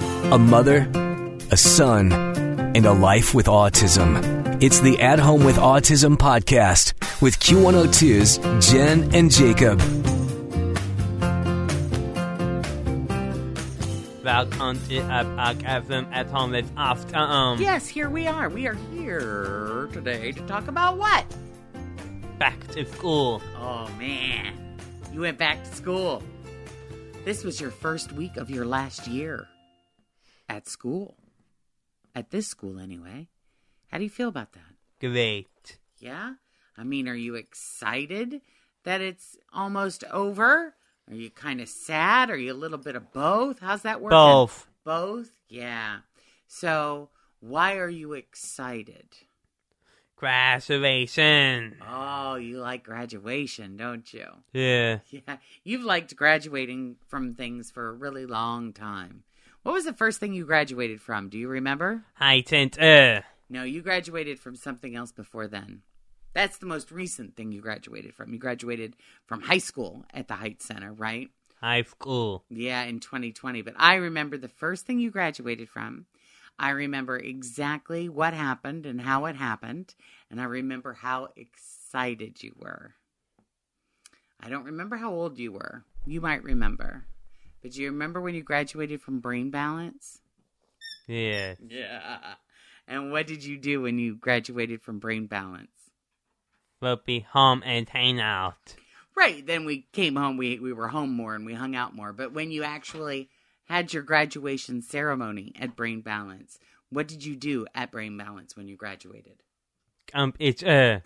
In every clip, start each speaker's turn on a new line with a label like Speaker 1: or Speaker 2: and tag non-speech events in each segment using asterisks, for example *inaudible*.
Speaker 1: a mother, a son, and a life with autism. It's the At Home with Autism podcast with Q102's Jen and Jacob.
Speaker 2: Welcome to a podcast at home with Oscar. Um,
Speaker 3: Yes, here we are. We are here today to talk about what?
Speaker 2: Back to school.
Speaker 3: Oh, man. You went back to school. This was your first week of your last year at school. At this school, anyway. How do you feel about that?
Speaker 2: Great.
Speaker 3: Yeah? I mean, are you excited that it's almost over? Are you kind of sad? Are you a little bit of both? How's that working?
Speaker 2: Both.
Speaker 3: Both? Yeah. So, why are you excited?
Speaker 2: Graduation.
Speaker 3: Oh, you like graduation, don't you? *laughs*
Speaker 2: Yeah.
Speaker 3: Yeah, you've liked graduating from things for a really long time. What was the first thing you graduated from? Do you remember?
Speaker 2: I didn't, uh,
Speaker 3: No, you graduated from something else before then. That's the most recent thing you graduated from. You graduated from high school at the Heights Center, right?
Speaker 2: high school.
Speaker 3: Yeah, in 2020. But I remember the first thing you graduated from. I remember exactly what happened and how it happened. And I remember how excited you were. I don't remember how old you were. You might remember. But do you remember when you graduated from Brain Balance?
Speaker 2: Yeah.
Speaker 3: Yeah. And what did you do when you graduated from Brain Balance?
Speaker 2: We'll be home and hang out.
Speaker 3: Right. Then we came home. We we were home more and we hung out more. But when you actually had your graduation ceremony at Brain Balance, what did you do at Brain Balance when you graduated?
Speaker 2: Um, it's, uh,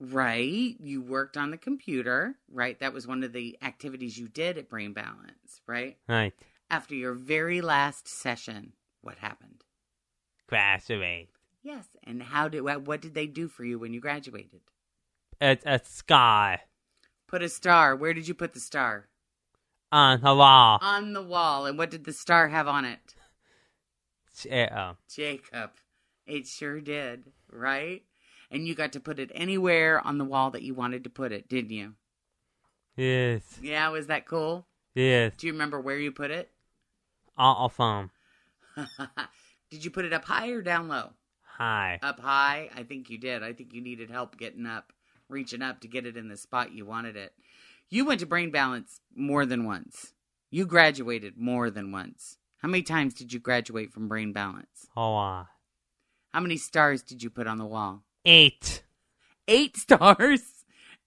Speaker 3: Right. You worked on the computer. Right. That was one of the activities you did at Brain Balance. Right.
Speaker 2: right.
Speaker 3: After your very last session, what happened?
Speaker 2: Graduate.
Speaker 3: Yes. And how did what what did they do for you when you graduated?
Speaker 2: It's a scar
Speaker 3: Put a star. Where did you put the star?
Speaker 2: on the wall.
Speaker 3: On the wall. And what did the star have on it?
Speaker 2: Yeah.
Speaker 3: Jacob. It sure did, right? And you got to put it anywhere on the wall that you wanted to put it, didn't you?
Speaker 2: Yes.
Speaker 3: Yeah, was that cool?
Speaker 2: Yes.
Speaker 3: Do you remember where you put it? *laughs*
Speaker 2: All of them.
Speaker 3: did you put it up high or down low?
Speaker 2: Hi.
Speaker 3: Up high? I think you did. I think you needed help getting up, reaching up to get it in the spot you wanted it. You went to Brain Balance more than once. You graduated more than once. How many times did you graduate from Brain Balance?
Speaker 2: Hold on.
Speaker 3: How many stars did you put on the wall?
Speaker 2: Eight.
Speaker 3: eight *laughs* stars.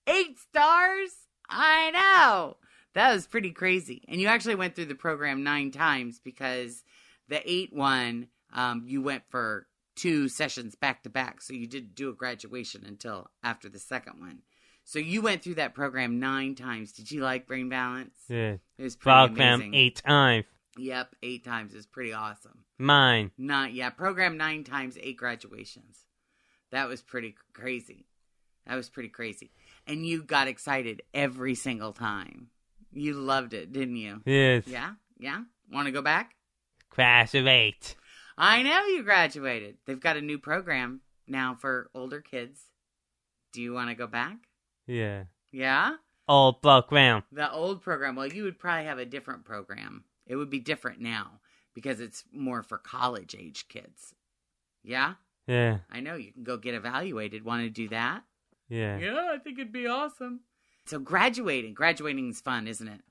Speaker 3: Eight stars? I know. That was pretty crazy. And you actually went through the program nine times because the eight one, um, you went for two sessions back to back. So you didn't do a graduation until after the second one. So you went through that program nine times. Did you like Brain Balance?
Speaker 2: Yes.
Speaker 3: It was pretty
Speaker 2: Program
Speaker 3: amazing.
Speaker 2: eight times.
Speaker 3: Yep, eight times. It was pretty awesome.
Speaker 2: Mine.
Speaker 3: Not yeah, program nine times eight graduations. That was pretty c- crazy. That was pretty crazy. And you got excited every single time. You loved it,
Speaker 2: *laughs*
Speaker 3: didn't you?
Speaker 2: Yes.
Speaker 3: Yeah, yeah. Want to go back?
Speaker 2: Graduate.
Speaker 3: I know you graduated. They've got a new program now for older kids. Do you want to go back?
Speaker 2: Yeah.
Speaker 3: Yeah?
Speaker 2: Old program.
Speaker 3: The old program, well, you would probably have a different program. It would be different now because it's more for college age kids. Yeah?
Speaker 2: Yeah.
Speaker 3: I know you can go get evaluated. Want to do that?
Speaker 2: Yeah.
Speaker 3: I think it'd be awesome. So graduating, graduating is fun, isn't it?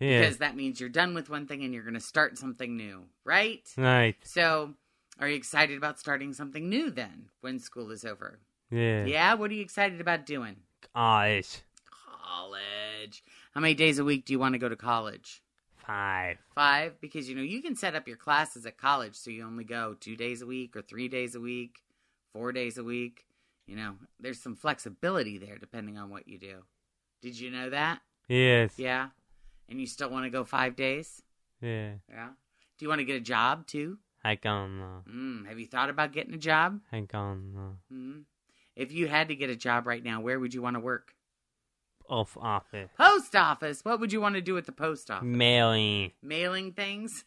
Speaker 2: Yeah.
Speaker 3: Because that means you're done with one thing and you're going to start something new, right?
Speaker 2: Right.
Speaker 3: So, are you excited about starting something new then when school is over?
Speaker 2: Yeah.
Speaker 3: Yeah, what are you excited about doing?
Speaker 2: College.
Speaker 3: College. How many days a week do you want to go to college?
Speaker 2: Five.
Speaker 3: Five, because you know you can set up your classes at college so you only go two days a week or three days a week, four days a week. You know, there's some flexibility there depending on what you do. Did you know that?
Speaker 2: Yes.
Speaker 3: Yeah. And you still want to go five days?
Speaker 2: Yeah.
Speaker 3: Yeah. Do you want to get a job too?
Speaker 2: I don't know.
Speaker 3: Mm, have you thought about getting a job?
Speaker 2: I don't know.
Speaker 3: Mm. If you had to get a job right now, where would you want to work?
Speaker 2: uh, Off office.
Speaker 3: Post office. What would you want to do at the post office?
Speaker 2: Mailing.
Speaker 3: Mailing things?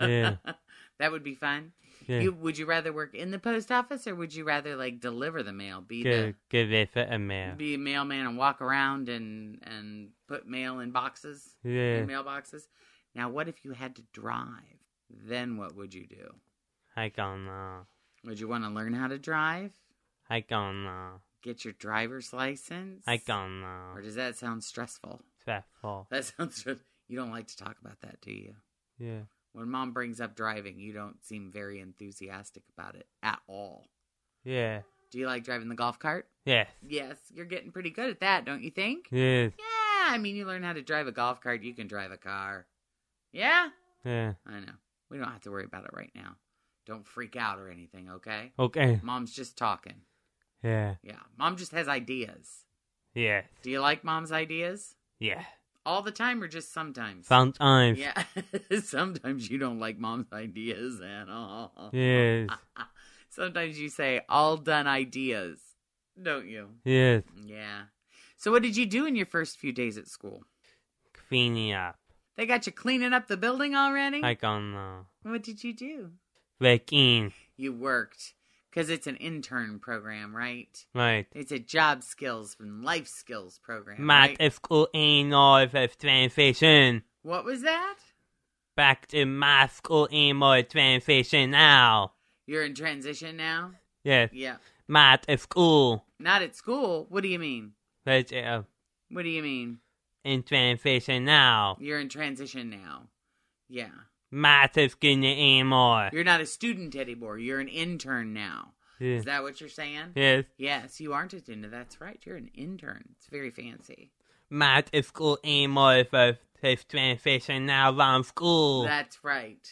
Speaker 2: Yeah.
Speaker 3: *laughs* that would be fun.
Speaker 2: Yeah.
Speaker 3: You would you rather work in the post office or would you rather like deliver the mail, be
Speaker 2: Good. Good it for a mail.
Speaker 3: the be a mailman and walk around and and put mail in boxes,
Speaker 2: Yeah.
Speaker 3: in mailboxes? Now, what if you had to drive? then what would you do?
Speaker 2: はいかな
Speaker 3: Would you want to learn how to drive?
Speaker 2: はいかな
Speaker 3: Get your driver's license?
Speaker 2: はいかな
Speaker 3: Or does that sound stressful? *laughs*
Speaker 2: Stressful.
Speaker 3: That sounds stress- You don't like to talk about that, do you?
Speaker 2: Yeah.
Speaker 3: When mom brings up driving, you don't seem very enthusiastic about it at all.
Speaker 2: Yeah.
Speaker 3: Do you like driving the golf cart?
Speaker 2: Yes.
Speaker 3: Yes, you're getting pretty good at that, don't you think?
Speaker 2: Yes.
Speaker 3: Yeah, I mean, you learn how to drive a golf cart, you can drive a car. Yeah,
Speaker 2: Yeah.
Speaker 3: I know. We don't have to worry about it right now. Don't freak out or anything, okay?
Speaker 2: Okay.
Speaker 3: Mom's just talking.
Speaker 2: Yeah.
Speaker 3: Yeah, mom just has ideas.
Speaker 2: Yes.
Speaker 3: Do you like mom's ideas?
Speaker 2: Yeah.
Speaker 3: All the time or just sometimes?
Speaker 2: Sometimes.
Speaker 3: Yeah, *laughs* sometimes you don't like mom's ideas at all.
Speaker 2: Yes.
Speaker 3: Sometimes you say, all done ideas, don't you?
Speaker 2: Yes.
Speaker 3: Yeah. So, what did you do in your first few days at school?
Speaker 2: Cleaning up.
Speaker 3: They got you cleaning up the building already?
Speaker 2: はいかな
Speaker 3: What did you do?
Speaker 2: Break uh, in.
Speaker 3: You worked because it's an intern program, right?
Speaker 2: Right.
Speaker 3: It's a job skills and life skills program.
Speaker 2: Math
Speaker 3: right?
Speaker 2: school ain't all of transition.
Speaker 3: What was that?
Speaker 2: Back to math school ain't more transition now.
Speaker 3: You're in transition now?
Speaker 2: Yes.
Speaker 3: Yeah.
Speaker 2: Math school.
Speaker 3: Not at school. What do you mean?
Speaker 2: Let's uh,
Speaker 3: What do you mean?
Speaker 2: in transition now.
Speaker 3: You're in transition now. Yeah.
Speaker 2: Math is gonna ain't more.
Speaker 3: You're not a student anymore. You're an intern now.
Speaker 2: Yes.
Speaker 3: Is that what you're saying?
Speaker 2: yes.
Speaker 3: Yes, you aren't a student. That's right. You're an intern. It's very fancy.
Speaker 2: Math school ain't more of his transition now from school.
Speaker 3: That's right.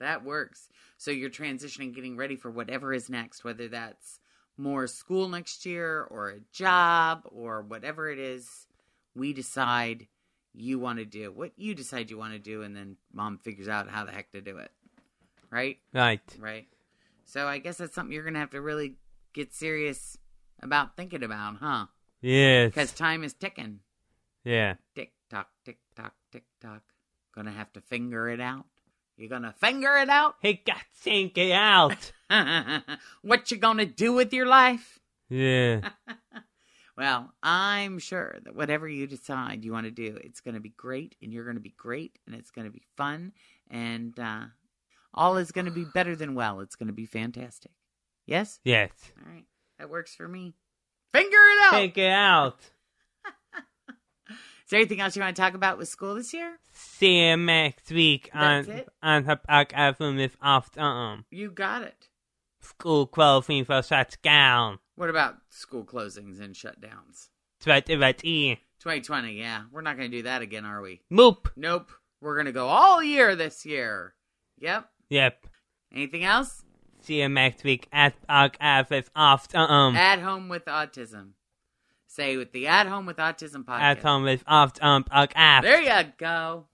Speaker 3: That works. So you're transitioning, getting ready for whatever is next, whether that's more school next year or a job or whatever it is we decide you want to do, what you decide you want to do, and then mom figures out how the heck to do it. Right?
Speaker 2: right.
Speaker 3: Right. So I guess that's something you're going to have to really get serious about thinking about, huh? Because
Speaker 2: Yes.
Speaker 3: time is ticking.
Speaker 2: Yeah.
Speaker 3: Tick tock, tick tock, tick tock. Gonna have to finger it out. You gonna finger it out? *laughs*
Speaker 2: He got sink it out.
Speaker 3: what you gonna do with your life?
Speaker 2: yeah.
Speaker 3: Well, I'm sure that whatever you decide you want to do, it's gonna be great, and you're gonna be great, and it's gonna be fun, and uh, all is gonna *sighs* be better than well. It's gonna be fantastic. Yes.
Speaker 2: Yes.
Speaker 3: All right, that works for me. Finger it out.
Speaker 2: Sink it out.
Speaker 3: Is there anything else you want to talk about with school this year?
Speaker 2: See you next week
Speaker 3: That's
Speaker 2: on
Speaker 3: it?
Speaker 2: on the podcast from this off um
Speaker 3: You got it.
Speaker 2: school clothing for such gown.
Speaker 3: What about school closings and shutdowns?
Speaker 2: Try to write in.
Speaker 3: 2020, yeah. We're not going to do that again, are we?
Speaker 2: e. Moop.
Speaker 3: Nope. We're going to go all year this year. Yep.
Speaker 2: Yep.
Speaker 3: Anything else?
Speaker 2: See you next week at podcast from off um
Speaker 3: At home with autism. Say with the At Home with Autism podcast.
Speaker 2: at home with off um podcast.
Speaker 3: There you go.